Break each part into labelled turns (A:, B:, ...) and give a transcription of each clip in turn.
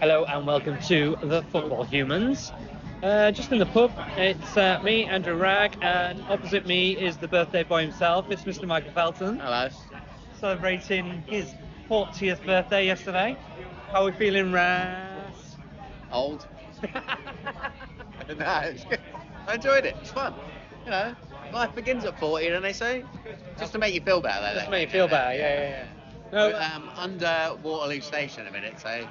A: and welcome to the Football Humans. Uh, just in the pub, it's uh, me, Andrew Ragg, and opposite me is the birthday boy himself. It's Mr. Michael Felton,
B: Hello.
A: celebrating his 40th birthday yesterday. How are we feeling, Raz?
B: Old. no, it's good. I enjoyed it. It's fun. You know, life begins at 40, don't they say? Just to make you feel better. Though,
A: Just
B: though.
A: made me feel better, yeah, yeah,
B: We're,
A: yeah. No,
B: um, under Waterloo Station a minute, so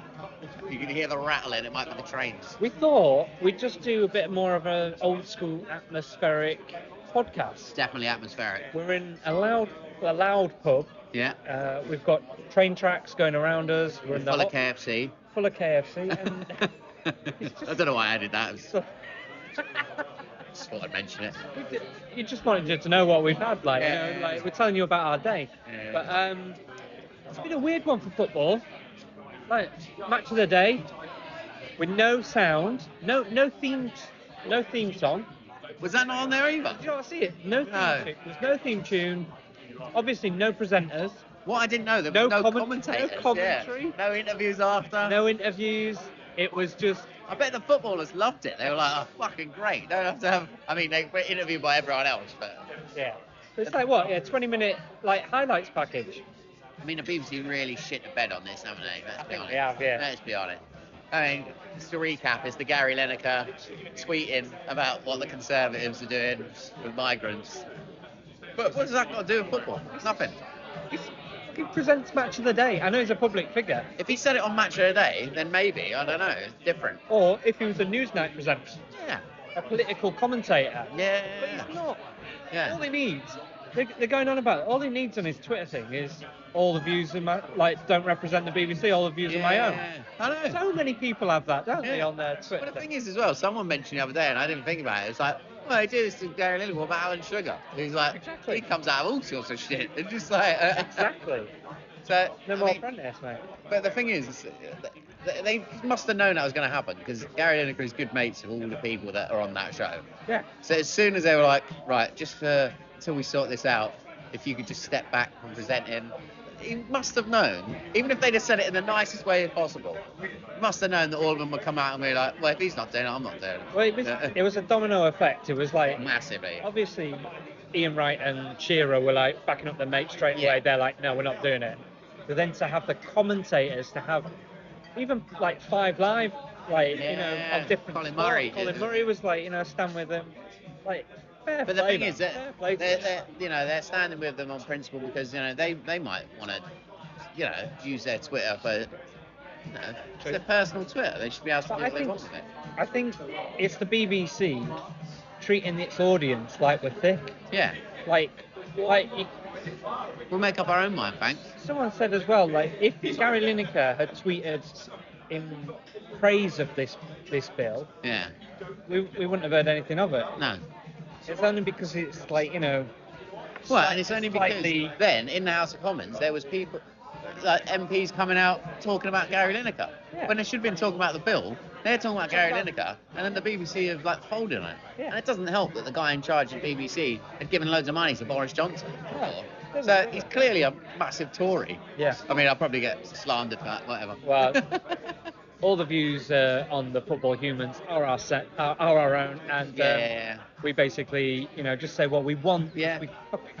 B: you can hear the rattling. It might be the trains.
A: we thought we'd just do a bit more of an old school atmospheric
B: It's
A: podcast.
B: definitely atmospheric.
A: We're in a loud, a loud pub.
B: Yeah.
A: Uh, we've got train tracks going around us. We're in the
B: Full of
A: hot-
B: KFC.
A: full of KFC.
B: I
A: And
B: don't know why I added that. I was-
A: so,
B: just thought I'd mention it.
A: we did- you just wanted you to know what we've had, like,
B: Yeah,
A: you
B: yeah,
A: know, like
B: yeah.
A: we're telling you about our day.
B: Yeah.
A: But um, it's been a weird one for football. Like match of the day, with no sound, no no themed, no theme song.
B: Was that not on there either?
A: Did you not see it? No theme.
B: No.
A: Tune. There's no theme tune. Obviously, no presenters,
B: What I didn't know, there
A: No
B: was no,
A: comment-
B: commentators.
A: no commentary.
B: yeah. No interviews after.
A: no interviews. It was just
B: I bet the footballers loved it. They were like, oh, fucking great. Don't have to have. I mean, they were interviewed by everyone else, but
A: yeah. It's like what? Yeah, 20 minute like highlights package.
B: I mean, the BBC really shit the bed on this, haven't they? Let's be
A: think
B: honest.
A: they have, yeah.
B: Let's be honest. I mean, just to recap, it's the Gary Lineker tweeting about what the Conservatives are doing with migrants. But what does that got to do with football? Nothing.
A: He fucking presents match of the day. I know he's a public figure.
B: If he said it on Match of the Day, then maybe. I don't know. It's different.
A: Or if he was a Newsnight presenter,
B: Yeah.
A: a political commentator. But
B: Yeah.
A: he's not.
B: Yeah.
A: All he needs, they're, they're going on about, all he needs on his Twitter thing is all the views in my, like, don't represent the BBC, all the views are my
B: Yeah. I know.
A: own. So many people have that, don't they,
B: Yeah.
A: on their Twitter?
B: Well, the
A: thing.
B: thing is, as well, someone mentioned the other day, and I didn't think about it. It's like, well, they do this to Gary Lineker what about Alan Sugar. He's like,
A: Exactly.
B: he comes out of all sorts of shit. It's just like, uh,
A: exactly.
B: So,
A: No
B: I
A: more
B: mean,
A: apprentice, mate.
B: but the thing is, uh, they, they must have known that was going to happen because Gary Lineker is good mates with all the people that are on that show.
A: Yeah.
B: So as soon as they were like, right, just for until we sort this out, if you could just step back and present him, he must have known, even if they'd have said it in the nicest way possible, he must have known that all of them would come out and be like, well, if he's not doing it, I'm not doing it.
A: Well, it was,
B: Uh,
A: it was a domino effect. It was like,
B: massively.
A: obviously Ian Wright and Shearer were like backing up the mate straight
B: Yeah.
A: away. They're like, no, we're not doing it. But then to have the commentators to have even like five live, like you know,
B: Yeah,
A: of different
B: Colin
A: sport.
B: Murray
A: Colin
B: did.
A: Murray was like, you know, stand with them, like. Fair
B: But the
A: play,
B: thing is
A: man.
B: that
A: Fair play
B: they're,
A: to them.
B: they're, you know, they're standing with them on principle because you know they, they might want to, you know, use their Twitter for, you know, it's
A: True.
B: their personal Twitter. They should be able to
A: But
B: do
A: I
B: what they
A: think
B: want with it.
A: I think it's the BBC treating its audience like we're thick,
B: Yeah,
A: like like you,
B: we'll make up our own mind, thanks.
A: Someone said as well, like if Gary Lineker had tweeted in praise of this this bill,
B: Yeah,
A: we, we wouldn't have heard anything of it.
B: no.
A: It's only because it's like you know.
B: Well, and it's only
A: slightly-
B: because then in the House of Commons there was people, like MPs coming out talking about Gary Lineker
A: Yeah.
B: when they should have been talking about the bill. They're talking about Gary
A: about-
B: Lineker, and then the BBC have like folded on it.
A: Yeah.
B: And it doesn't help that the guy in charge of BBC had given loads of money to Boris Johnson.
A: Yeah.
B: before. So he's clearly a massive Tory.
A: Yeah.
B: I mean, I'll probably get slandered for that, whatever.
A: Well, um, all the views uh, on the football humans are our set, are, are our own, and um,
B: yeah,
A: we basically you know just say what we want.
B: Yeah.
A: We,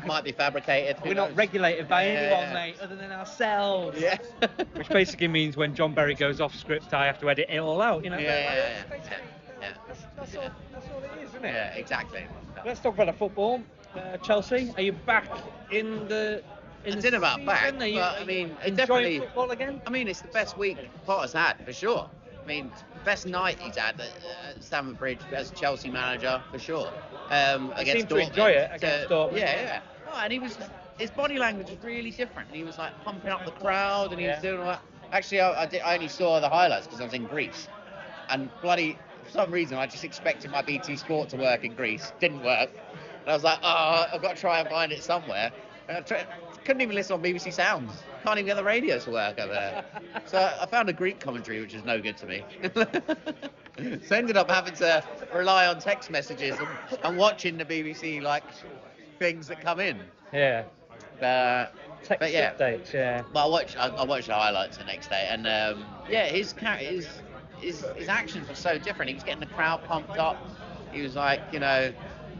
B: might be fabricated. who
A: we're not
B: knows?
A: regulated by
B: Yeah,
A: anyone,
B: yeah.
A: mate, other than ourselves.
B: Yeah.
A: Which basically means when John Berry goes off script, I have to edit it all out. You know.
B: Yeah, yeah, yeah,
A: Basically,
B: yeah, yeah.
A: That's, that's, all, that's all it is, isn't it?
B: Yeah, exactly.
A: Let's talk about the football. Uh, Chelsea, are you back in the? In
B: I
A: the
B: don't know about
A: season?
B: back,
A: Are you,
B: but, I
A: are you
B: mean, it
A: enjoying
B: definitely-
A: football again.
B: I mean, it's the best week Potter's had for sure. I mean, best night he's had at uh, Stamford Bridge as Chelsea manager for sure. Um,
A: He
B: against
A: seemed to
B: Dortmund.
A: enjoy it against
B: So,
A: Dortmund.
B: Yeah, yeah. Oh, and he was his body language was really different. He was like pumping up the crowd and he
A: Yeah.
B: was doing all that. Actually, I, I, did, I only saw the highlights because I was in Greece, and bloody for some reason I just expected my BT Sport to work in Greece. Didn't work, and I was like, oh, I've got to try and find it somewhere. And I tried, couldn't even listen on BBC Sounds. Can't even get the radio to work over there. So I found a Greek commentary, which is no good to me. so I ended up having to rely on text messages and, and watching the BBC like things that come in.
A: Yeah.
B: Uh,
A: Text
B: but yeah,
A: updates. Yeah.
B: but I watched I, I watched the highlights the next day, and um, yeah, his char- his his, his actions were so different. He was getting the crowd pumped up. He was like, you know,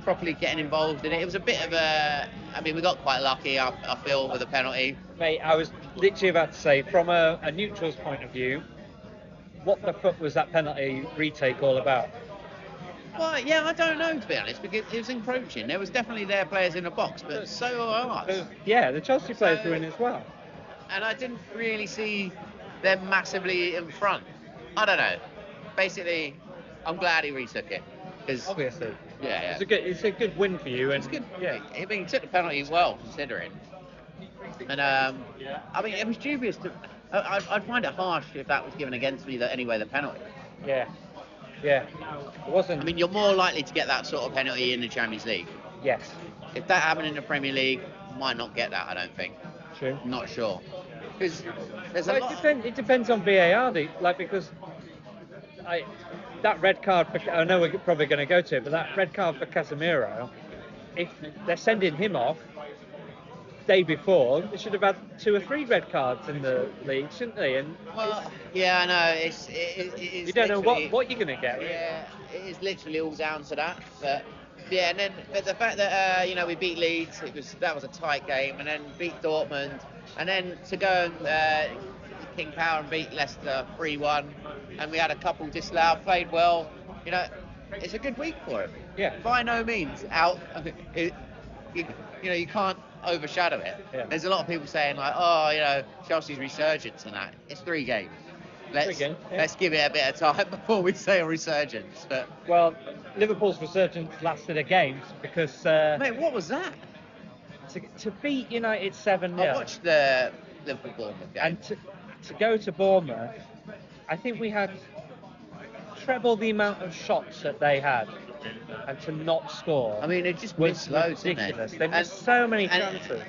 B: properly getting involved in it. It was a bit of a. I mean, we got quite lucky. I, I feel with a penalty.
A: Mate, I was literally about to say, from a, a neutral's point of view, what the fuck was that penalty retake all about?
B: Well, yeah, I don't know to be honest because it was encroaching. There was definitely their players in the box, but so were ours.
A: Yeah, the Chelsea players were in as well.
B: And I didn't really see them massively in front. I don't know. Basically, I'm glad he retook it because
A: Obviously,
B: yeah,
A: it's
B: yeah.
A: a good it's a good win for you, and
B: It's good.
A: Yeah,
B: I mean, he took the penalty well considering. And um, I mean, it was dubious. To, I, I'd- I'd find it harsh if that was given against me. That anyway, the penalty.
A: yeah, yeah. It wasn't.
B: I mean, you're more likely to get that sort of penalty in the Champions League.
A: yes,
B: If that happened in the Premier League, might not get that. I don't think.
A: true.
B: I'm not sure. Because there's a
A: Well, it,
B: lot.
A: depend, it depends on VAR, the- like because I that red card. For, I know we're probably going to go to it, but that red card for Casemiro, if they're sending him off day before, they should have had two or three red cards in the league, shouldn't they? And
B: Well, yeah, I know. It's it, it, it's
A: you don't know what
B: literally-
A: what you're going to get.
B: Yeah, it is literally all down to that. But yeah, and then but the fact that uh, you know we beat Leeds, it was that was a tight game, and then beat Dortmund, and then to go and uh, King Power and beat Leicester three one, and we had a couple disallowed, played well. You know, it's a good week for him.
A: Yeah.
B: By no means out. It, you, you know, you can't overshadow it.
A: Yeah.
B: There's a lot of people saying like, oh, you know, Chelsea's resurgence and that. It's three games. Let's
A: games, yeah.
B: let's give it a bit of time before we say a resurgence. But
A: Well, Liverpool's resurgence lasted a game because uh,
B: mate, what was that?
A: to, to beat United seven 0
B: I watched the Liverpool Bournemouth game.
A: And to, to go to Bournemouth, I think we had treble the amount of shots that they had, and to not score
B: I mean, it just
A: was
B: missed loads, didn't it?
A: ridiculous. They missed so many chances.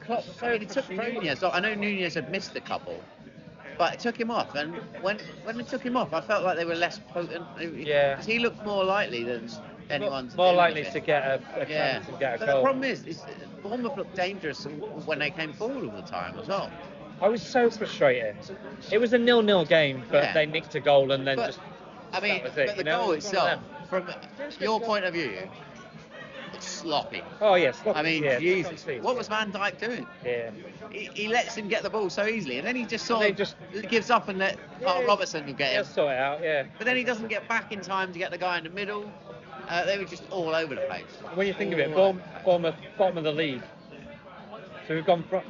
B: Klopp, I mean, it took
A: frustrated.
B: Nunez. I know Nunez had missed a couple, but it took him off. And when when it took him off, I felt like they were less potent.
A: Yeah.
B: 'Cause he looked more likely than anyone. to
A: More
B: do
A: likely to
B: anything.
A: get a, a
B: Yeah.
A: chance and get a
B: but
A: goal.
B: the problem is, is Bournemouth looked dangerous when they came forward all the time as well.
A: I was so frustrated. It was a nil-nil game, but
B: Yeah.
A: they nicked a goal and then
B: But,
A: just
B: I mean,
A: that was it,
B: but the
A: you know?
B: goal
A: It was one
B: itself,
A: of
B: from your point of view, it's sloppy.
A: oh yes. look,
B: I mean,
A: yeah,
B: Jesus,
A: see.
B: what was Van Dijk doing?
A: yeah.
B: He, he lets him get the ball so easily, and then he just sort
A: And
B: of
A: they
B: gives up and let Mark
A: Yeah.
B: Robertson will get
A: They'll
B: him.
A: sort it out. Yeah.
B: But then he doesn't get back in time to get the guy in the middle. Uh, they were just all over the place.
A: When you think of it,
B: All
A: Bourne-
B: over the place.
A: Bournemouth, bottom of the league. So we've gone from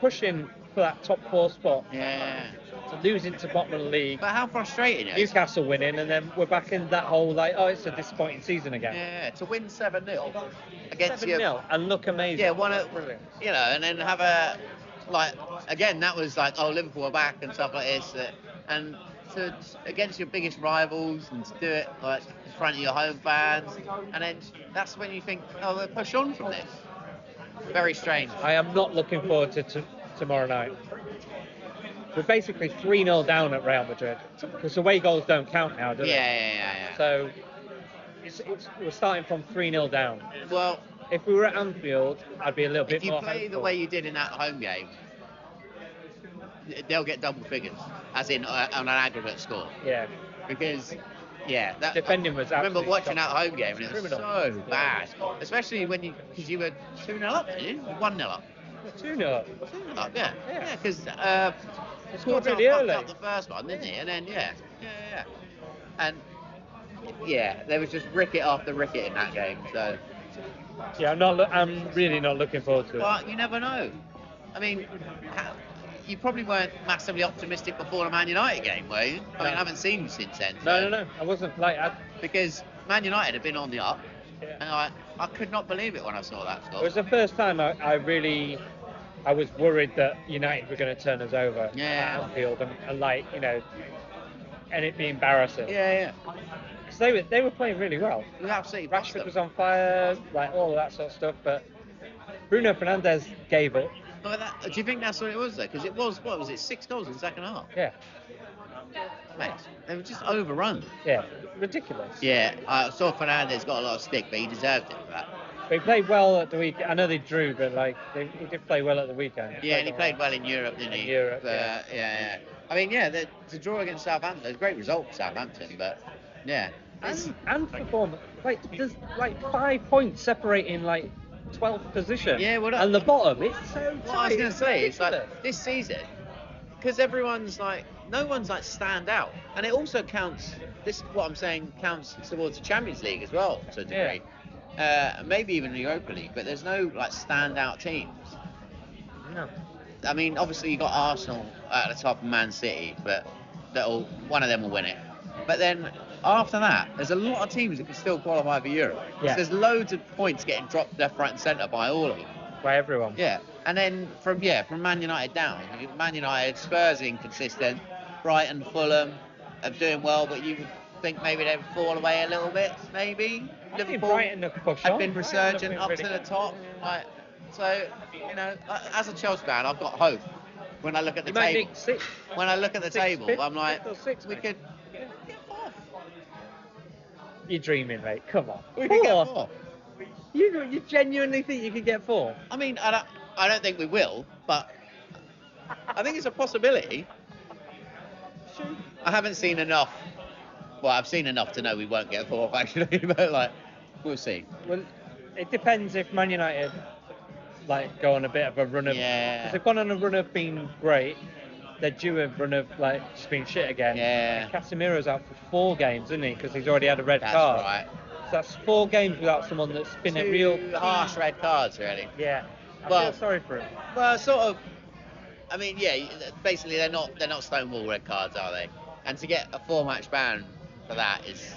A: pushing for that top four spot
B: Yeah.
A: to losing to bottom of the league,
B: But how frustrating it is.
A: Newcastle winning, and then we're back in that whole like, oh, it's a disappointing season again.
B: Yeah, to win 7 0 against
A: Seven 0 and look amazing.
B: Yeah, one of,
A: Brilliant.
B: you know, and then have a like again that was like oh Liverpool are back and stuff like this, uh, and to against your biggest rivals and to do it like in front of your home fans, and then that's when you think oh they'll push on from this. Very strange.
A: I am not looking forward to t- tomorrow night. We're basically three 0 down at Real Madrid because away goals don't count now, do
B: Yeah,
A: they?
B: yeah, yeah. yeah.
A: So it's, it's, we're starting from three 0 down.
B: well,
A: If we were at Anfield, I'd be a little bit
B: if you
A: more.
B: play the
A: hopeful.
B: way you did in that home game, they'll get double figures, as in uh, on an aggregate score.
A: Yeah,
B: because yeah, that
A: Defending was
B: I remember
A: absolutely
B: watching that
A: shocking.
B: home game and it was
A: Criminal.
B: so bad, especially when you because you were two 0 up, didn't you? One 0 up,
A: two 0
B: two 0 up, yeah,
A: Yeah.
B: yeah, because uh,
A: It's
B: Courtois
A: got really
B: fucked
A: early.
B: up the first one, didn't he? And then yeah, yeah, yeah, yeah. and yeah, there was just ricket after ricket in that game. So,
A: Yeah, I'm not. Lo- I'm really not looking forward to it.
B: but you never know. I mean, how, you probably weren't massively optimistic before the Man United game, were you? I mean,
A: No.
B: I haven't seen you since then.
A: No,
B: so-
A: no, no. I wasn't like. I,
B: Because Man United have been on the up.
A: yeah.
B: And I, I could not believe it when I saw that
A: It
B: score.
A: was the first time I, I really, I was worried that United were going to turn us over
B: Yeah.
A: at Anfield and, and like you know, and it be embarrassing.
B: yeah,
A: So they were they were playing really well.
B: yeah. It was absolutely bossed
A: Rashford
B: them.
A: was on fire, like all of that sort of stuff. But Bruno Fernandez gave up.
B: But that, do you think that's what it was though? Because it was what was it? Six goals in the second half.
A: Yeah,
B: Mate, they were just overrun.
A: yeah, ridiculous.
B: Yeah, I saw Fernandez got a lot of stick, but he deserved it for that.
A: But he played well at the week. I know they drew, but like they, he did play well at the weekend.
B: Yeah, and he
A: all
B: played
A: right.
B: well in Europe, didn't
A: In
B: he?
A: Europe,
B: But,
A: yeah.
B: yeah, yeah. I mean, yeah, the, the draw against Southampton, it was a great result for Southampton, but yeah. It's-
A: And and performance. Like there's like five points separating like 12th position.
B: Yeah, well, that-
A: and the bottom. It's so tight.
B: what I was going to
A: it's
B: say is
A: ridiculous.
B: like this season, because everyone's like, no one's like stand out, and it also counts. This what I'm saying counts towards the Champions League as well to a
A: Yeah.
B: degree, uh, maybe even the Europa League. But there's no like standout teams.
A: No.
B: I mean, obviously you got Arsenal at the top, and Man City, but that'll one of them will win it. But then after that, there's a lot of teams that can still qualify for Europe.
A: Yeah.
B: So there's loads of points getting dropped left, right, and centre by all of them.
A: By everyone.
B: Yeah, and then from yeah from Man United down, Man United, Spurs inconsistent, Brighton, Fulham are doing well, but you think maybe they've fallen away a little bit, maybe.
A: I think Brighton have pushed
B: have
A: on.
B: been
A: Brighton have
B: resurgent
A: been
B: up
A: really
B: to the
A: good.
B: top. Like, so you know, I- as a Chelsea fan, I've got hope. When I look at the
A: You might
B: table,
A: nick six.
B: when I look at the
A: six,
B: table,
A: fifth-
B: I'm like,
A: fifth or sixth,
B: we
A: mate.
B: could,
A: You're dreaming, mate. Come on.
B: we could
A: Four.
B: get more.
A: You you genuinely think you could get four?
B: I mean, I don't, I don't think we will, but I think it's a possibility. I haven't seen enough. Well, I've seen enough to know we won't get fourth actually, but like, we'll see.
A: Well, it depends if Man United like go on a bit of a run of.
B: Yeah.
A: If they've gone on a run of being great, they're due a run of like just being shit again.
B: Yeah.
A: And Casemiro's out for four games, isn't he? Because he's already had a red
B: That's
A: card.
B: right.
A: So that's four games without someone that's been a
B: Two
A: real
B: harsh red cards, really.
A: Yeah. I
B: Well-
A: feel sorry for him.
B: Well, sort of. I mean, yeah. Basically, they're not they're not stonewall red cards, are they? And to get a four match ban for that is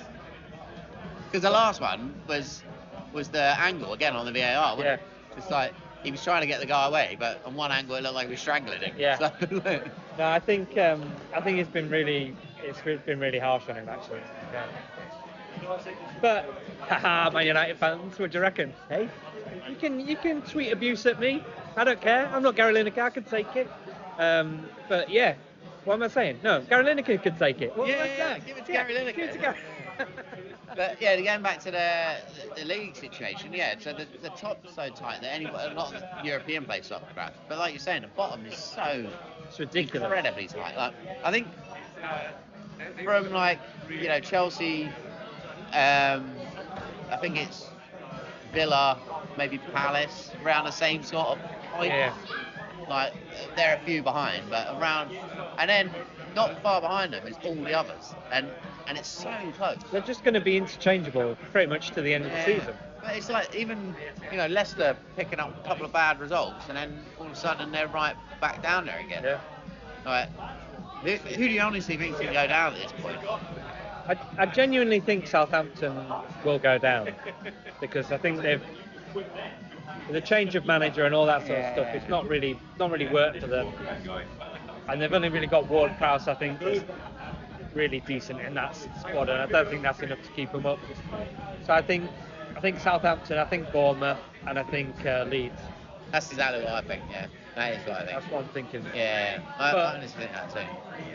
B: because the last one was was the angle again on the VAR. Wasn't It? It's like he was trying to get the guy away, but on one angle it looked like he was strangling him.
A: Yeah. No,
B: So,
A: I think um, I think it's been really it's re- been really harsh on him actually. Yeah. But haha, my United fans, what do you reckon? Hey, you can you can tweet abuse at me. I don't care. I'm not Gary Lineker. I can take it. Um, but yeah, what am I saying? No, Gary Lineker could take it. What
B: Yeah,
A: was
B: yeah,
A: that?
B: yeah, give it to Gary Lineker.
A: Give it to Gary.
B: But yeah, going back to the, the, the league situation, yeah. So the, the top's so tight that anyone, a lot of the European players stop the ground. But like you're saying, the bottom is so
A: it's ridiculous.
B: incredibly tight. Like I think from like you know Chelsea, um, I think it's Villa, maybe Palace, around the same sort of point.
A: Yeah.
B: Like they're a few behind, but around, and then not far behind them is all the others, and and it's so close.
A: They're just going to be interchangeable pretty much to the end of the
B: Yeah.
A: season.
B: But it's like even you know Leicester picking up a couple of bad results, and then all of a sudden they're right back down there again.
A: Yeah.
B: Like, who, who do you honestly think can go down at this point?
A: I, I genuinely think Southampton will go down because I think they've with the change of manager and all that sort of stuff. It's not really not really worked for them, and they've only really got Ward Prowse. I think that's really decent in that squad, and I don't think that's enough to keep them up. So I think I think Southampton, I think Bournemouth, and I think uh, Leeds.
B: That's exactly what I think. Yeah, that is what I think.
A: That's what I'm thinking.
B: Yeah, I,
A: But-
B: I honestly think that too.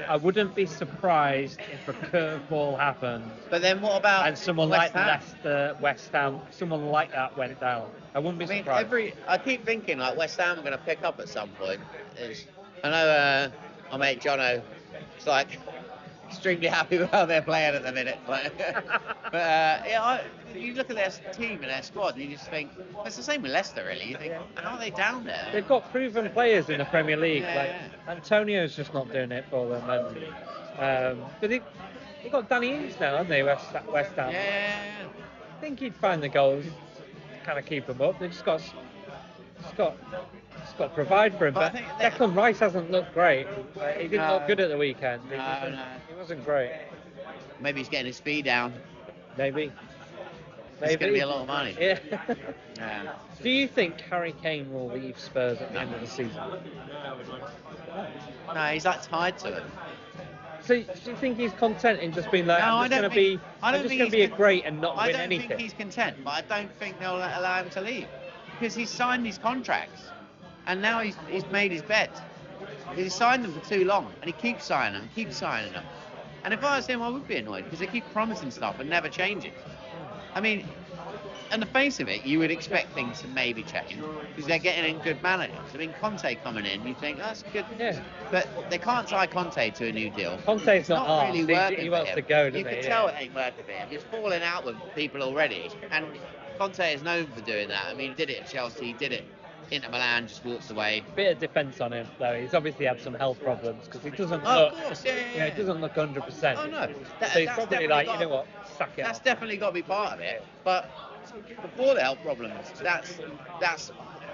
A: I wouldn't be surprised if a curveball happened
B: But then what about
A: and someone
B: West
A: like
B: Ham?
A: Leicester, West Ham, someone like that went down. I wouldn't be
B: I mean,
A: surprised.
B: every I keep thinking like West Ham are going to pick up at some point. It's, I know uh, my mate Jono is like extremely happy with how they're playing at the minute. Like, but uh, yeah, I, you look at their team and their squad and you just think it's the same with Leicester really. You think how are they down there?
A: They've got proven players in the Premier League.
B: Yeah.
A: Like Antonio's just not doing it for them. And, um, but they, they've got Danny Ings now, haven't they, West, West Ham?
B: Yeah,
A: I think he'd find the goals, kind of keep them up. They've just got, just got, just got to provide for him.
B: But I
A: But,
B: think they-
A: Declan Rice hasn't looked great. Like, he didn't
B: No.
A: look good at the weekend. He
B: No,
A: wasn't-
B: no.
A: he wasn't great.
B: maybe he's getting his fee down.
A: Maybe.
B: It's gonna be a lot of money.
A: Yeah.
B: Yeah.
A: Do you think Harry Kane will leave Spurs at the end of the season?
B: No, he's like tied to him.
A: So do you think he's content in just being like,
B: No, I
A: I'm just
B: don't
A: going to be,
B: think- I
A: I'm
B: don't
A: just
B: think
A: going
B: he's
A: to be a
B: con-
A: great and not
B: I
A: win
B: don't think
A: anything?
B: he's content, but I don't think they'll allow him to leave because he's signed these contracts, and now he's, he's made his bet. He's signed them for too long, and he keeps signing them, keeps signing them. And if I was him, I would be annoyed because they keep promising stuff and never change it. I mean, on the face of it, you would expect things to maybe change because they're getting in good managers. I mean, Conte coming in, you think that's good,
A: Yeah.
B: but they can't tie Conte to a new deal.
A: Conte's
B: It's
A: not,
B: not
A: arsed.
B: really
A: He-
B: working.
A: he,
B: for
A: wants
B: him.
A: to go, doesn't
B: You
A: he?
B: can
A: Yeah.
B: tell it ain't working for him. He's falling out with people already, and Conte is known for doing that. I mean, he did it at Chelsea, he did it Inter Milan, just walks away.
A: Bit of defence on him though. He's obviously had some health problems because he doesn't
B: Oh,
A: look.
B: of course, yeah, yeah,
A: You know,
B: yeah.
A: it doesn't look 100%.
B: Oh, no. That-
A: so he's
B: that's
A: probably
B: definitely
A: like, you
B: got-
A: know what, sack it
B: That's
A: off.
B: definitely got to be part of it. But before the health problems, that's that's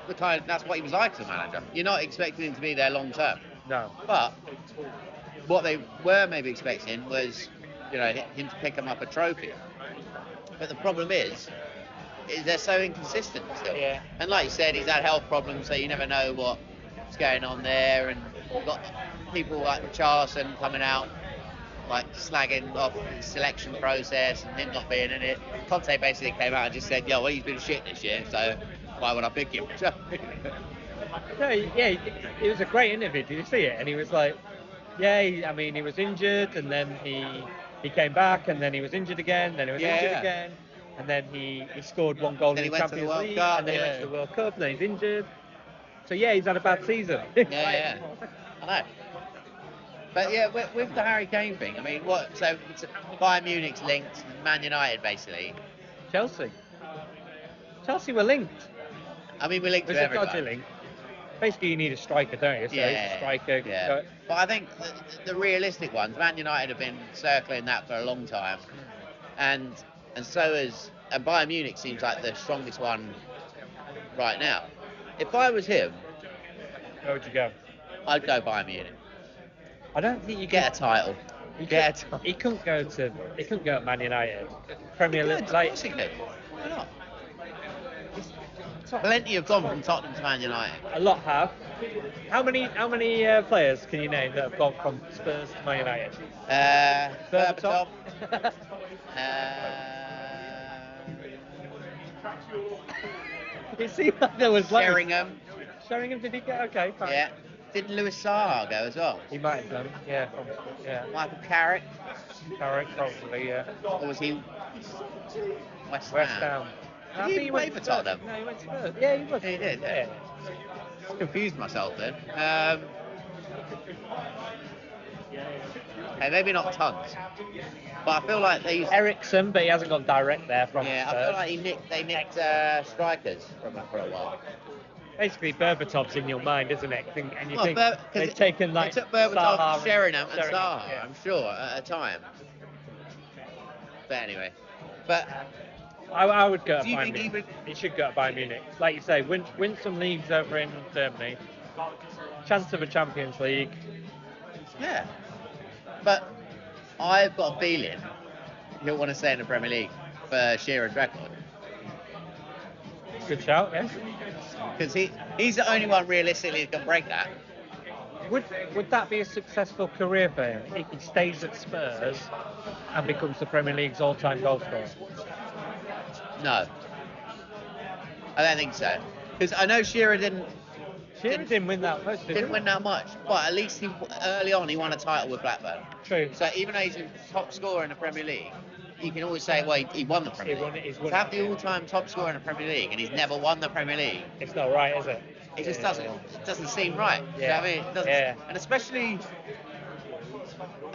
B: the kind. That's what he was like as a manager. You're not expecting him to be there long term.
A: No.
B: But what they were maybe expecting was, you know, him to pick him up a trophy. But the problem is, is they're so inconsistent still.
A: Yeah.
B: And like you said, he's had health problems, so you never know what's going on there. And you've got people like Charlson coming out, like slagging off the selection process and him not being in it. Conte basically came out and just said, "Yo, well, he's been shit this year, so why would I pick him?"
A: No, yeah, it- it was a great interview. Did you see it? And he was like, yeah, he- I mean, he was injured, and then he he came back, and then he was injured again, then he was
B: Yeah,
A: injured
B: yeah.
A: again, and then he, he scored one goal
B: Then
A: in
B: he
A: the
B: went to the
A: Champions
B: World
A: League,
B: Cup,
A: and then he
B: yeah.
A: went to the World Cup, and then he's injured. So yeah, he's had a bad season.
B: yeah. I know. But yeah, with, with the Harry Kane thing, I mean, what? So it's- Bayern Munich's linked to Man United, basically.
A: Chelsea. Chelsea were linked.
B: I mean, we're linked
A: It was
B: to
A: a
B: everyone.
A: dodgy link. Basically, you need a striker, don't you? So he's a striker.
B: Yeah.
A: go-
B: But I think the, the realistic ones, Man United have been circling that for a long time, and and so is and Bayern Munich seems like the strongest one right now. If I was him,
A: Where would you go?
B: I'd go Bayern Munich.
A: I don't think you
B: You get a title.
A: He,
B: Get a
A: could,
B: title.
A: he couldn't go to he couldn't go at Man United. Premier
B: Good,
A: League,
B: of
A: like
B: course he could. Why not?
A: Tot-
B: Plenty have gone from Tottenham to Man United.
A: a lot have. How many how many uh, players can you name that have gone from Spurs to Man United?
B: Uh, Berbatov.
A: Berbatov?
B: Uh,
A: it seemed like there was loads.
B: Sheringham.
A: Sheringham, did he get okay? Fine.
B: Yeah. Did Lewis Saha go as well?
A: He might have done. Yeah, probably. Yeah.
B: Michael Carrick.
A: Carrick probably. Yeah.
B: Or was he West,
A: West Ham.
B: Did he play
A: went
B: for
A: to
B: Tottenham?
A: Spurs. No, he went to Spurs. Yeah, he was.
B: He did, yeah. Confused myself then. Um, hey, maybe not tons, but I feel like these.
A: Ericsson, but he hasn't gone direct there from
B: Yeah, I
A: Spurs.
B: feel like he nicked, they nicked uh, strikers from for a while.
A: Basically, Berbatov's in your mind, isn't it? Think- And you think
B: Ber- 'cause
A: they've
B: it-
A: taken like
B: they took Berbatov,
A: Saha and
B: Sheringham, and
A: Sheringham,
B: Saha,
A: yeah.
B: I'm sure, at a time. But anyway, but
A: I, I would go to
B: Do you
A: Bayern
B: think he
A: Munich. He should go to Bayern Munich. Like you say, win, win some leagues over in Germany. Chance of a Champions League.
B: yeah, but I've got a feeling he'll want to stay in the Premier League for Shearer's record
A: Good shout, yeah.
B: because he he's the only one realistically that can break that.
A: Would would that be a successful career for him if he stays at Spurs and becomes the Premier League's all-time goal scorer?
B: No, I don't think so because I know Shearer didn't
A: Shearer
B: Didn't-
A: didn't, win that much. Did
B: didn't
A: he?
B: win that much, but at least he early on he won a title with Blackburn.
A: True.
B: So even though he's a top scorer in the Premier League, you can always say, well, he, he won the Premier
A: He won
B: League.
A: it, he's
B: to
A: won
B: have
A: it,
B: the
A: yeah.
B: all-time top scorer in the Premier League and he's never won the Premier League,
A: It's not right, is it?
B: it just
A: Yeah.
B: doesn't it doesn't seem right. Do you know
A: Yeah.
B: what I mean? It doesn't,
A: Yeah.
B: And especially,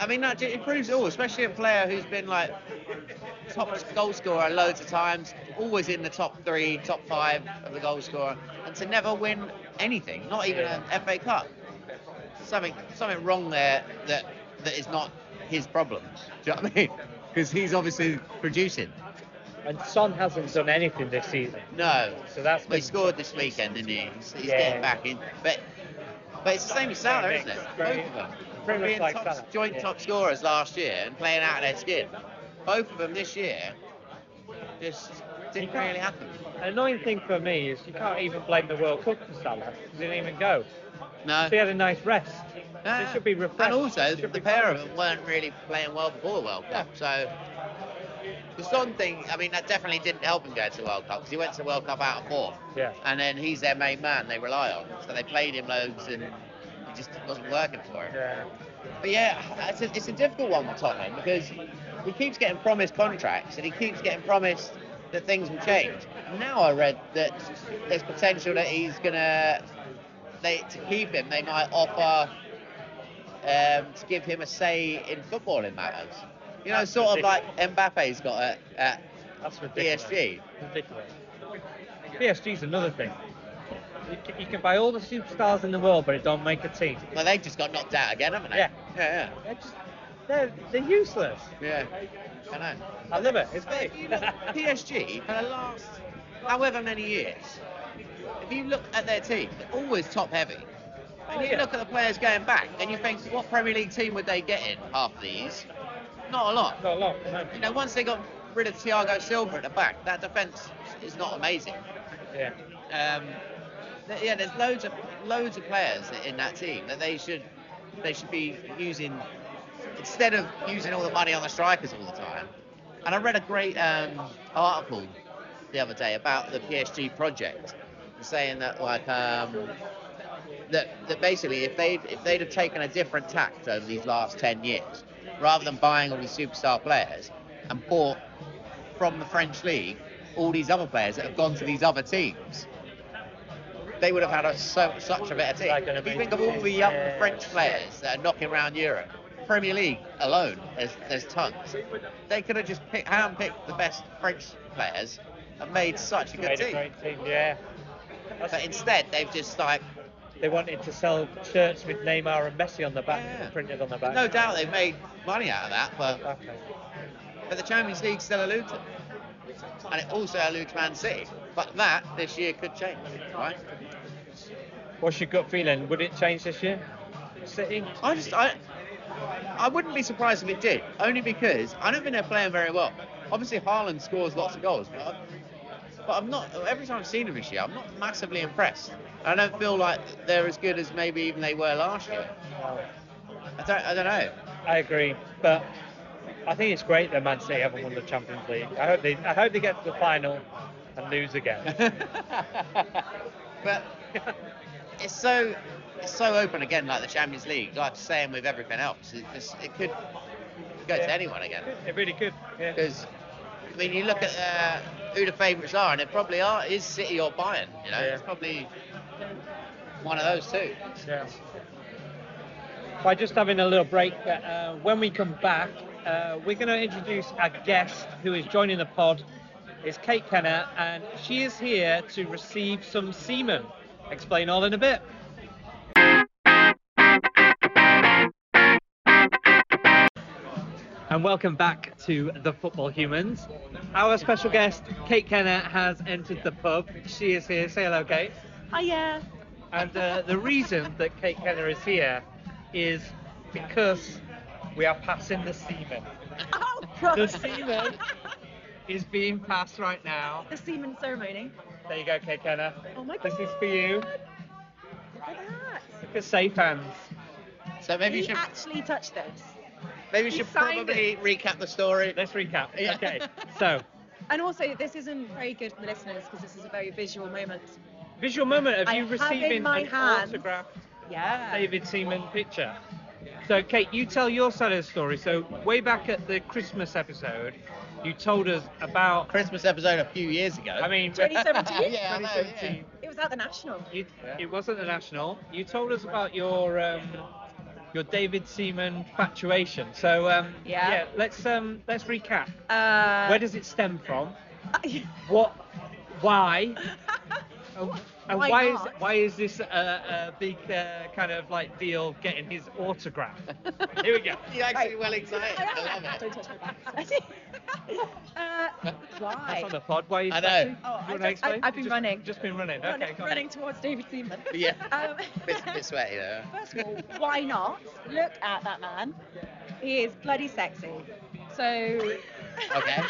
B: I mean, that it proves it all, especially a player who's been like top goal scorer loads of times, always in the top three, top five of the goal scorer, and to never win anything, not even
A: Yeah.
B: an FA Cup. Something something wrong there that that is not his problem. Do you know what I mean? Because he's obviously producing.
A: And Son hasn't done anything this season.
B: No,
A: So that's
B: well,
A: been
B: he scored this weekend, didn't he? He's, he's
A: Yeah.
B: getting back in. But but it's the same as Salah,
A: Very
B: isn't it?
A: mixed,
B: Both
A: very-
B: of them.
A: very much
B: being
A: like
B: top,
A: Salah,
B: joint
A: yeah.
B: top scorers last year and playing out of their skin. Both of them this year just didn't
A: can't-
B: really happen.
A: An annoying thing for me is you can't even blame the World Cup for Salah. He didn't even go.
B: No.
A: So he had a nice rest. They
B: Ah.
A: should be refreshed.
B: And also,
A: Should be
B: the pair of
A: fine.
B: them weren't really playing well before the World Cup. So the Son thing, I mean, that definitely didn't help him go to the World Cup because he went to the World Cup out of form.
A: Yeah.
B: And then he's their main man they rely on. So they played him loads and it just wasn't working for him.
A: Yeah.
B: But yeah, it's a, it's a difficult one with Tottenham because he keeps getting promised contracts and he keeps getting promised that things will change. Now I read that there's potential that he's gonna they to keep him. They might offer um, to give him a say in footballing matters. You know,
A: That's
B: sort of like
A: ridiculous.
B: Mbappe's got at, at
A: That's ridiculous.
B: PSG.
A: Ridiculous. PSG's another thing. You can, you can buy all the superstars in the world, but it don't make a team.
B: Well, they just got knocked out again, haven't they?
A: Yeah.
B: Yeah.
A: They're just they're, they're useless.
B: Yeah. yeah. I know.
A: I love it. It's
B: But
A: great.
B: if you look at PSG for the last however many years, if you look at their team, they're always top heavy.
A: Oh,
B: And you
A: yeah.
B: look at the players going back, and you think, what Premier League team would they get in half these? Not a lot.
A: Not a lot. no.
B: You know, once they got rid of Thiago Silva at the back, that defence is not amazing.
A: Yeah.
B: Um, th- yeah, there's loads of loads of players in that team that they should they should be using instead of using all the money on the strikers all the time. And I read a great um, article the other day about the PSG project, saying that like um, that, that basically if they if they'd have taken a different tact over these last ten years, rather than buying all these superstar players and bought from the French league all these other players that have gone to these other teams, they would have had a, so, such a better team.
A: Like an
B: if you
A: amazing
B: think of all
A: team,
B: the young
A: yeah.
B: French players that are knocking around Europe, Premier League alone, there's, there's tons. They could have just pick, handpicked the best French players and made such a good
A: Made a
B: team.
A: great team. Yeah. That's-
B: But instead, they've just like,
A: They wanted to sell shirts with Neymar and Messi on the back,
B: Yeah.
A: printed on the back.
B: no doubt they've made money out of that, but,
A: Okay.
B: but the Champions League still eludes them. And it also eludes Man City. But that this year could change, right?
A: What's your gut feeling? Would it change this year? City?
B: I just I I wouldn't be surprised if it did, only because I don't think they're playing very well. Obviously, Haaland scores lots of goals, but, I, but I'm not. Every time I've seen him this year, I'm not massively impressed. I don't feel like they're as good as maybe even they were last year. I don't. I don't know.
A: I agree, but I think it's great that Man City haven't won the Champions League. I hope they, I hope they get to the final and lose again.
B: but it's so it's so open again, like the Champions League. Like saying with everything else, it, just, it could go
A: Yeah.
B: to anyone again.
A: They're really good. Yeah.
B: because I mean you look at uh, who the favourites are, and it probably are is City or Bayern. You know,
A: Yeah.
B: it's probably one of those two.
A: yeah. By just having a little break, uh, when we come back, uh, we're going to introduce our guest who is joining the pod. It's Kate Kenner, and she is here to receive some semen. Explain all in a bit. And welcome back to the Football Humans. Our special guest, Kate Kenner, has entered the pub. She is here. Say hello, Kate.
C: Hiya.
A: And uh, the reason that Kate Kenner is here is because we are passing the semen.
C: Oh, God.
A: The semen is being passed right now.
C: the semen ceremony.
A: There you go, Kate Kenner.
C: Oh my God.
A: This is for you.
C: Look at that.
A: Look at safe hands.
B: So maybe
C: he
B: you should
C: actually touched this.
B: maybe you
C: he
B: should
C: signed
B: probably recap the story.
A: Let's recap.
B: Yeah.
A: Okay, so
C: And also, this isn't very good for the listeners because this is a very visual moment.
A: visual moment of
C: I
A: you
C: have in
A: receiving
C: my
A: an
C: hand-
A: autographed
C: Yeah.
A: David Seaman picture. So, Kate, you tell your side of the story. So, way back at the Christmas episode, you told us about.
B: Christmas episode a few years ago.
A: I mean,
C: 2017?
B: yeah, I know, yeah.
A: 2017.
C: It was at the National.
A: You, It wasn't the national. You told us about your um, your David Seaman fatuation. So um,
C: Yeah.
A: let's um, let's recap.
C: Uh,
A: Where does it stem from? What? Why? And, and
C: Why
A: why, is
C: not?
A: why is this uh, a big uh, kind of like deal getting his autograph? Here we go.
B: You're actually well excited. I love it.
C: Don't touch my Uh, back. uh, why?
A: That's on the pod. Why is
B: I
A: that?
B: know.
A: too?
C: Oh,
A: You
C: I
A: wanna
C: don't-
A: explain?
C: I- I've been
A: Just-
C: running.
A: Just been running.
C: Running-
A: okay. go on.
C: running towards David Seaman.
B: Yeah.
C: Um,
B: bit, bit sweaty though.
C: First of all, why not? Look at that man. He is bloody sexy. So.
B: Okay.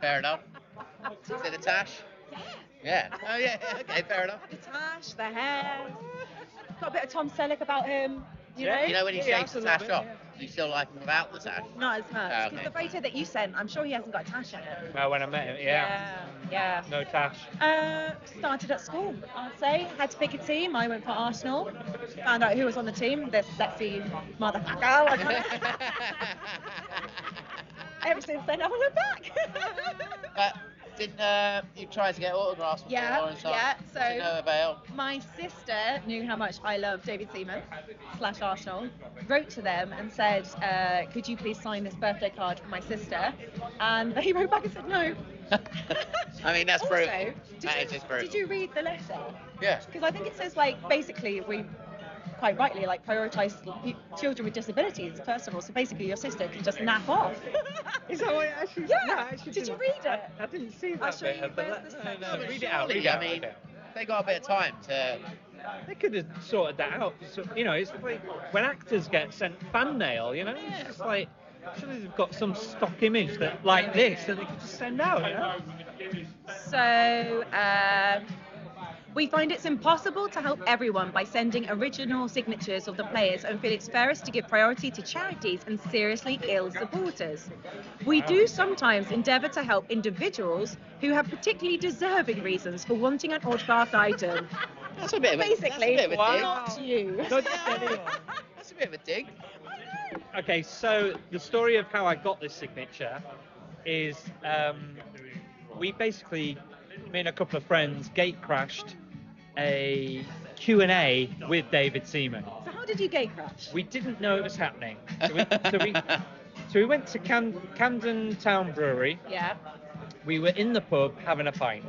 B: Fair enough. Is it a tash?
C: Yeah.
B: Yeah. Oh yeah. yeah, Okay. Fair enough.
C: The tash, the hair. Got a bit of Tom Selleck about him. You
A: Yeah,
C: know?
B: You know when he
A: Yeah,
B: shakes the
A: that's a
B: tash
A: little
B: off,
A: bit,
B: do you still like him without the tash?
C: Not as much.
B: Ah,
C: 'cause
B: okay.
C: the photo that you sent, I'm sure he hasn't got a tash in it.
A: Well, when I met him, yeah.
C: Yeah.
A: No Tash.
C: Uh, started at school, I'd say. Had to pick a team. I went for Arsenal. Found out who was on the team. This sexy motherfucker. was on it. Ever since then, I haven't looked back.
B: But Didn't uh, you try to get autographs before
C: Yeah,
B: and stuff?
C: yeah, so-
B: To no avail.
C: My sister knew how much I love David Seaman slash Arsenal, wrote to them and said, uh, could you please sign this birthday card for my sister? And they wrote back and said no.
B: I mean, that's
C: also,
B: brutal.
C: did
B: That
C: you,
B: is just brutal.
C: Did you read the letter?
B: Yeah.
C: Because I think it says like basically we quite rightly like prioritise pe- children with disabilities first of all. So basically your sister can just nap off.
A: Is that what it actually?
C: Yeah.
A: no, it actually
C: Did you
A: didn't-
C: read it?
A: I, I didn't see that.
C: show
A: bit
C: you
A: of the
C: where's
A: le-
C: the
A: no, no,
C: second-
A: read it out.
B: Surely,
A: Read it out.
B: I mean,
A: read it out.
B: they got a bit of time to.
A: They could have sorted that out. So, you know, it's like when actors get sent fan mail, you know, it's just like, surely they've got some stock image that like this that they could just send out, you know?
C: So uh, we find it's impossible to help everyone by sending original signatures of the players and feel it's fairest to give priority to charities and seriously ill supporters. We do sometimes endeavour to help individuals who have particularly deserving reasons for wanting an autographed item.
B: That's a bit of a, that's a
C: Basically,
B: bit of a dig.
C: not you.
A: Not just anyone.
B: That's a bit of a dig.
A: Okay, so the story of how I got this signature is um, we basically, me and a couple of friends, gate crashed a Q&A with David Seaman.
C: So how did you gate crash?
A: We didn't know it was happening. So we, so we, so we went to Cam- Camden Town Brewery.
C: Yeah.
A: We were in the pub having a pint.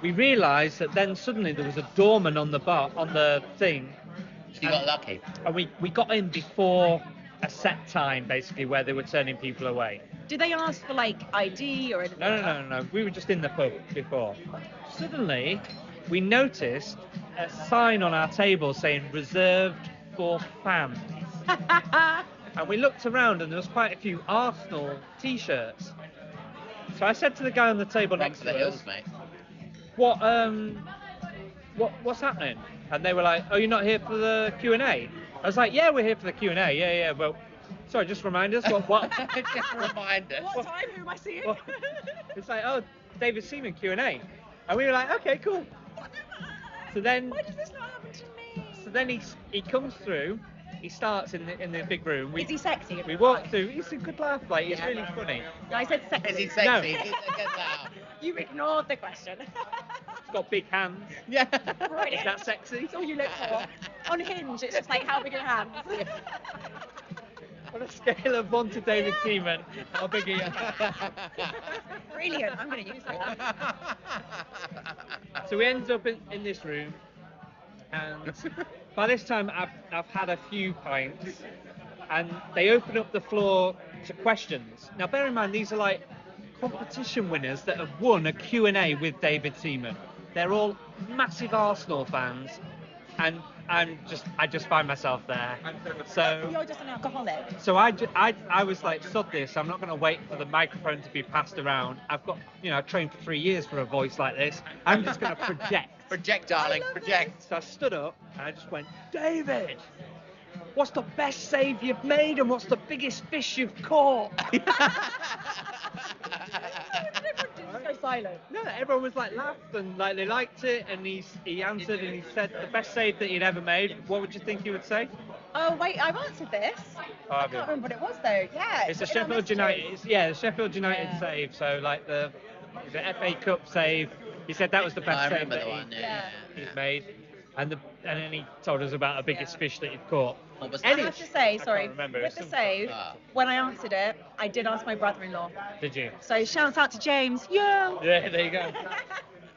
A: We realised that then suddenly there was a doorman on the bar on the thing,
B: She got lucky.
A: and we, we got in before a set time basically where they were turning people away.
C: Did they ask for like ID or anything?
A: No, no, no, no, no. We were just in the pub before. Suddenly, we noticed a sign on our table saying "reserved for fans," and we looked around and there was quite a few Arsenal T-shirts. So I said to the guy on the table
B: Back
A: next
B: to
A: to
B: the
A: us,
B: hills, mate.
A: what um what what's happening and they were like oh you're not here for the q&a i was like yeah we're here for the q&a yeah yeah but sorry just remind us what what
B: Just a reminder.
C: What time? Who am I seeing?
A: Well- it's like oh david seaman q&a and we were like okay cool So then-
C: Why does this not happen to me?
A: so then he he comes through he starts in the in the big room we
C: Is he sexy?
A: we walk through it's a good laugh like it's really funny
C: No, I said sexy.
B: Is he
A: No.
B: sexy? Get that out.
C: You ignored the question.
A: it's got big hands
B: Yeah.
A: is
C: Brilliant.
A: that sexy
C: That's all you look for. On Hinge, it's just like how big are your hands.
A: on a scale of one to david seaman how big are you
C: Brilliant. I'm going to use that.
A: So we ended up in, in this room, and by this time I've, I've had a few pints, and they open up the floor to questions. Now bear in mind these are like competition winners that have won a Q&A with David Seaman. They're all massive Arsenal fans, and I'm just I just find myself there. So
C: You're just an alcoholic.
A: so I, ju- I, I was like, sod this. I'm not going to wait for the microphone to be passed around. I've got, you know, I trained for three years for a voice like this. I'm just going to project.
B: project, darling.
C: I love
B: Project.
A: So I stood up and I just went, David, what's the best save you've made and what's the biggest fish you've caught?
C: Everyone's so silent.
A: no, everyone was like laughed and like they liked it and he he answered and he said the best save that he'd ever made. What would you think he would say?
C: Oh, wait, I've answered this.
A: Oh,
C: I
A: have you?
C: can't remember what it was, though. Yeah.
A: It's a
C: in our
A: Sheffield
C: messages.
A: United. It's, yeah, the Sheffield United
C: Yeah.
A: save. So like the the FA Cup save. He said that was the best
B: I
A: save
B: remember
A: that
B: the
A: he,
B: one. Yeah.
C: Yeah.
B: yeah,
A: he's
B: yeah.
A: made. And the and then he told us about the biggest
C: Yeah.
A: fish that he'd caught.
B: What was
C: I
B: that?
C: have to say,
A: can't
C: sorry,
A: remember,
C: with
A: it's
C: the
A: some-
C: save,
B: Ah.
C: when I answered it, I did ask my brother in law.
A: Did you?
C: So shout out to James. Yo!
A: Yeah, there you go.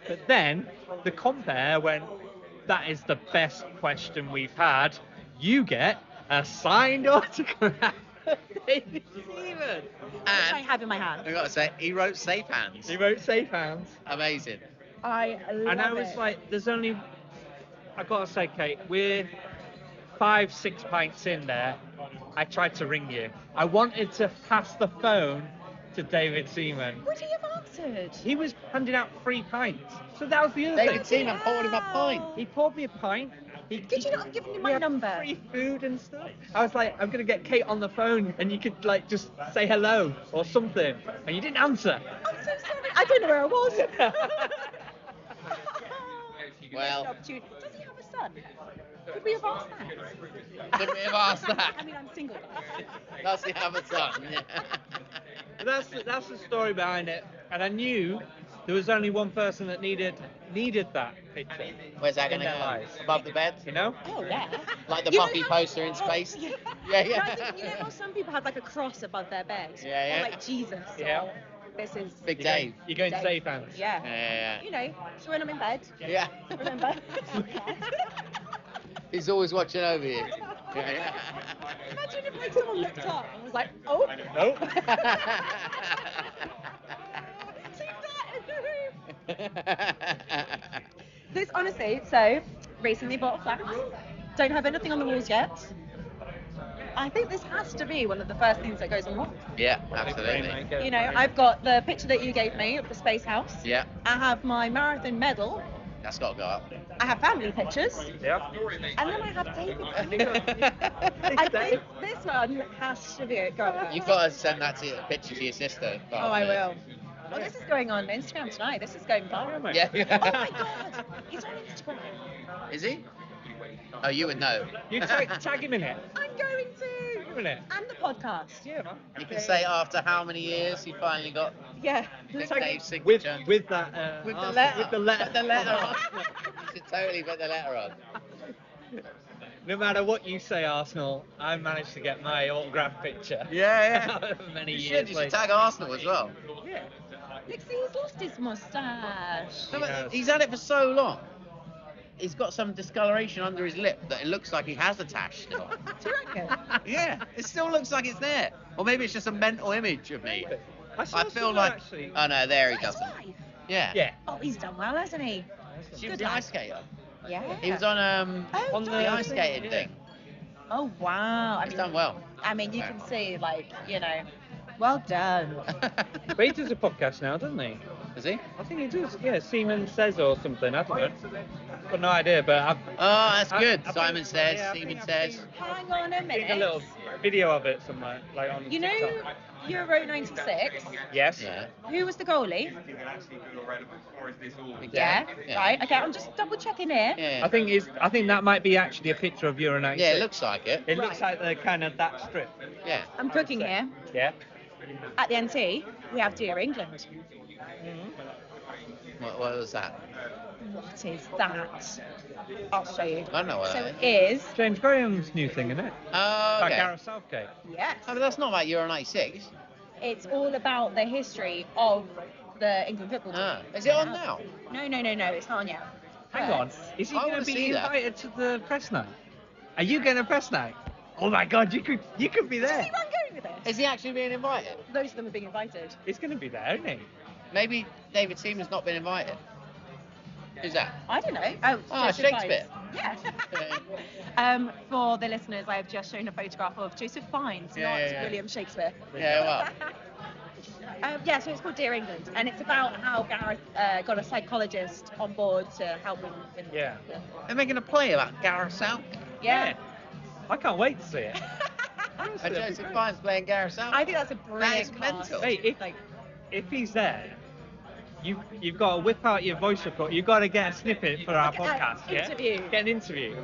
A: But then the compare went, that is the best question we've had. You get a signed autograph. of David Seaman.
C: Which I
B: And
C: have in my hand.
B: I gotta say, he wrote safe hands.
A: He wrote safe hands.
B: Amazing.
C: I love
A: and I was
C: it.
A: like, there's only, I gotta say, Kate, we're five, six pints in there. I tried to ring you. I wanted to pass the phone to David Seaman.
C: would he have answered?
A: He was handing out free pints. So that was the other
B: David
A: thing.
B: Seaman poured him a pint.
A: He poured me a pint. He,
C: Did you not have given him my
A: we had
C: number?
A: Free food and stuff. I was like, I'm gonna get Kate on the phone, and you could like just say hello or something, and you didn't answer.
C: I'm so sorry. I don't know where I was.
B: Well.
C: Missed opportunity. does he have a son? Could we have asked that?
B: Could we have asked
C: I
B: that?
C: mean, I'm single.
B: That's the other son.
A: But that's the, that's the story behind it. And I knew There was only one person that needed needed that picture.
B: Where's that
A: In
B: going to
A: their
B: go?
A: lives.
B: Above the bed?
A: You know?
D: Oh yeah.
B: Like the
C: You
B: puppy
C: know-
B: poster in space?
C: Yeah.
B: Yeah,
C: You know, I
B: yeah.
C: think- you know how some people had like a cross above their bed?
B: Yeah, yeah.
C: Or like Jesus.
A: Yeah.
C: Or this is.
B: Big
A: You're
B: Dave.
A: going, you're going
C: Dave.
A: safe, Anna.
C: Yeah.
B: Yeah.
C: You know, so when I'm in bed,
B: yeah, yeah.
C: remember?
B: He's always watching over you. Yeah,
C: Imagine if like someone looked up and was like, oh.
A: Nope.
C: See that in the room.
B: yeah.
C: This honestly, so recently bought flats. Don't have anything on the walls yet. I think this has to be one of the first things that goes on the wall.
B: yeah, absolutely.
A: Get it
C: You know,
A: right.
C: I've got the picture that you gave me of the space house.
B: Yeah,
C: I have my marathon medal.
B: that's got to go up.
C: I have family pictures,
A: Yeah.
C: and then I have David. I
A: I
C: think this one has to be it. Go on.
B: You've got to send that to, picture to your sister.
C: Oh, I will. Well, this is going on Instagram tonight. This is going viral.
B: Yeah.
C: Oh my god, he's on Instagram.
B: Is he? Oh, you would know.
A: You tag, tag him in it.
C: I'm going to.
A: Tag him in it.
C: And the podcast.
A: Yeah, man.
B: You can say after how many years he finally got
C: Yeah.
B: Big
A: Tag
B: Dave's
A: him with,
B: signature.
A: with that. Uh,
B: With the
A: arse-
B: letter.
A: With the letter.
B: With the letter on. You should totally put the letter on.
A: No matter what you say, Arsenal, I managed to get my autograph picture.
B: Yeah,
A: Many
B: You
A: years
B: should, you should
A: later.
B: tag Arsenal as well.
A: Yeah.
C: Nixie, he's lost his mustache.
B: No,
A: Yes.
B: but he's had it for so long. He's got some discoloration under his lip that it looks like he has a tash still.
C: Do you reckon?
B: yeah, it still looks like it's there. Or maybe it's just a mental image of me.
A: I, saw
B: I feel
A: someone
B: like.
A: Actually,
B: Oh no, there he
C: Is that
B: doesn't.
C: his wife?
B: Yeah.
A: yeah.
C: Oh, he's done well, hasn't he?
B: She was
C: Good
B: the
C: lad.
B: ice skater.
C: Yeah.
B: He was on um
C: Oh,
A: on
C: done
B: the
A: the-
C: well.
B: ice skating
A: yeah.
B: thing.
C: Oh wow. I
B: He's
C: mean,
B: done well.
C: I mean, you can see, like, you know, well done.
A: But he does a podcast now, doesn't he?
B: Is he?
A: I think he does. Yeah, Seaman says or something. I don't know. I've got no idea, but I've
B: Oh, that's
A: I-
B: good.
A: I think-
B: Simon says,
A: yeah, I
B: Seaman
A: think I've
B: says.
C: Hang on a
A: seen a little
C: minute.
A: video of it somewhere, like on
C: You know,
A: TikTok.
C: Euro 96.
A: Yes.
B: Yeah.
C: Who was the goalie?
B: Yeah.
C: Yeah.
B: Yeah.
C: Right. Okay, I'm just double checking here.
B: Yeah.
A: I think is I think that might be actually a picture of Euro 96.
B: yeah, it looks like it.
A: It looks like the kind of that strip.
B: Yeah.
C: I'm cooking here
A: Yeah.
C: at the NT. We have Dear England.
B: What, what was that?
C: What is that? I'll show you.
B: I don't know what
C: So
B: that
C: it
B: is.
C: is.
A: James Graham's new thing, isn't it?
B: Oh,
A: By
B: okay.
A: Gareth Southgate.
C: Yes.
B: Oh, but that's not about Euro 96.
C: It's all about the history of the England football team.
B: Ah, is it on now?
C: No, no, no, no. It's not on yet.
A: Hang
C: But-
A: on. Is he
B: I
A: going
B: wanna
A: to be
B: see that.
A: invited to the press night? Are you going to press night? Oh my God, you could you could be
C: Do you
A: there.
C: see where I'm going with this?
B: Is he actually being invited?
C: Those of them are being invited.
A: He's going to be there, isn't he?
B: Maybe David Seaman's not been invited. Who's that?
C: I don't know. Oh,
B: Ah,
C: Joseph Fiennes.
B: Shakespeare.
C: Yeah. um, for the listeners, I have just shown a photograph of Joseph Fiennes,
B: Yeah,
C: not
B: yeah, Oh, yeah.
C: William Shakespeare.
B: Yeah, well.
C: um, yeah, so it's called Dear England, and it's about how Gareth uh, got a psychologist on board to help him. With
A: Yeah.
C: The,
B: They're making a play about Gareth Southgate.
C: yeah.
A: I can't wait to see it. Honestly, that'd
B: And
A: be
B: Joseph
A: great.
B: Fiennes playing Gareth
C: I
B: Southgate.
C: think that's a brilliant
B: is
C: cast.
B: mental.
A: Hey, if,
C: Like,
A: if he's there, you you've got to whip out your voice record. You've got to get a snippet for our
C: Like an
A: podcast. yeah?
C: interview.
A: Get an interview.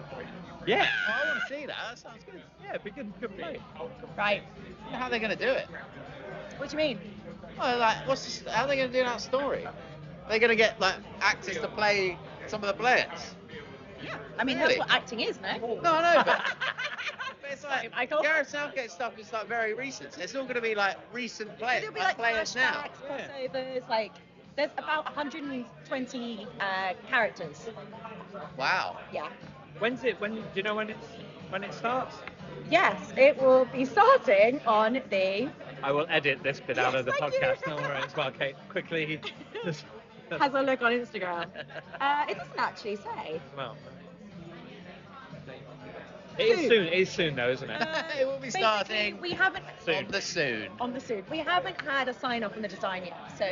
A: Yeah.
B: Oh, I want to see that. That sounds good.
A: Yeah, it'd be good. Good play.
C: right.
B: I don't know how they're going to do it.
C: What do you mean?
B: Oh, like, what's the, st- how are they going to do that story? They're going to get like actors to play some of the players.
C: Yeah. I mean,
B: Really?
C: that's what acting is, no?
B: No, I know, but But It's
C: Sorry,
B: like
C: Michael.
B: Gareth Southgate stuff is like very recent. So it's all going to be like recent players,
C: There'll be
B: like
C: like
B: players
C: flashbacks,
B: now.
C: crossovers, like there's about 120 uh, characters.
B: Wow.
C: Yeah.
A: When's it? When do you know when it's when it starts?
C: Yes, it will be starting on the
A: I will edit this bit out
C: Yes,
A: of the
C: thank you.
A: podcast. Don't worry, it's well. Okay, quickly. Just,
C: has a look on Instagram. Uh, it doesn't actually say.
A: well. It is soon. It is soon though, isn't it?
B: It will be
C: Basically,
B: starting
C: We haven't
A: Soon.
B: on the soon.
C: on the suit. We haven't had a sign off on the design yet, so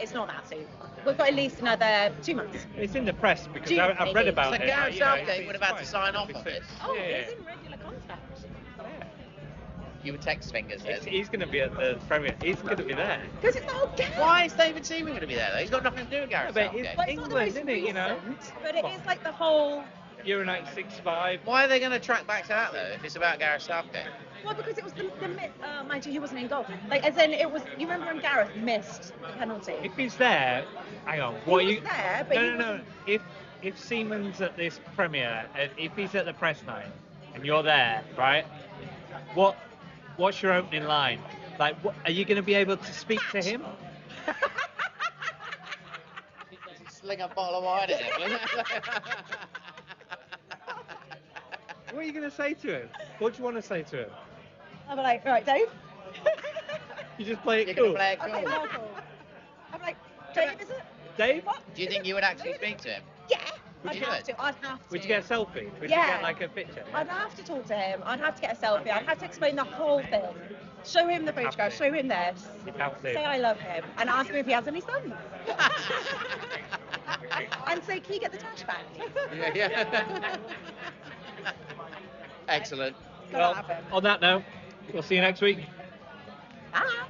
C: it's not that soon. We've got at least another two months.
A: It's in the press because
C: Gee,
A: I, I've read
C: maybe.
A: about
B: So
A: it.
B: Gareth
A: you know,
B: Southgate
A: it's-
B: would have had to
A: it's
B: sign
A: fine.
B: off on this.
C: Oh,
A: Yeah.
C: it's in regular contact.
B: You were text fingers
A: He's,
B: there.
A: he's going to be at the premiere. He's going to be there.
C: Because it's the whole game.
B: Why is David Seaman going to be there though? He's got nothing to do with Gareth
A: but
B: Southgate.
A: it's-
C: Well, it's not the
A: England,
C: most
A: isn't it, you know?
C: recent, But it is like the whole
A: Urinate 65.
B: Why are they going to track back to that though? If it's about Gareth Southgate,
C: Well, because it was the, the mi- uh, mind you, he wasn't in goal. Like, as in, it was. You remember when Gareth missed the penalty?
A: If he's there, hang on. What are
C: He was
A: you?
C: there, but
A: no,
C: he
A: no, no.
C: wasn't-
A: If if Siemens at this premiere, and if he's at the press night, and you're there, right? What what's your opening line? Like, what, are you going to be able to speak to him?
B: sling a bottle of wine at him.
A: What are you going to say to him? What do you want to say to him?
C: I'm like, right, Dave.
A: You just play it
B: You're
A: cool.
B: going to play it
C: I'm like,
B: cool.
C: Michael. I'm like, Dave, is it?
A: Dave,
C: What?
B: Do you
C: Is
B: think
C: it-
B: you would actually
C: is it-
B: speak to him?
C: Yeah.
B: Would
C: I'd
B: you do
C: have
B: it?
C: to. I'd have to.
A: would you get a selfie? Would you
C: Yeah.
A: get like a picture?
C: I'd have to talk to him. I'd have to get a selfie. I'd have to explain the whole thing. Show him the
A: Have
C: photograph.
A: to.
C: Show him this.
A: You'd have to.
C: Say I love him and ask him if he has any sons. and say, can you get the trash back?
B: yeah, yeah. Excellent.
C: Gotta
A: Well,
C: have him.
A: on that note, we'll see you next week.
C: Bye.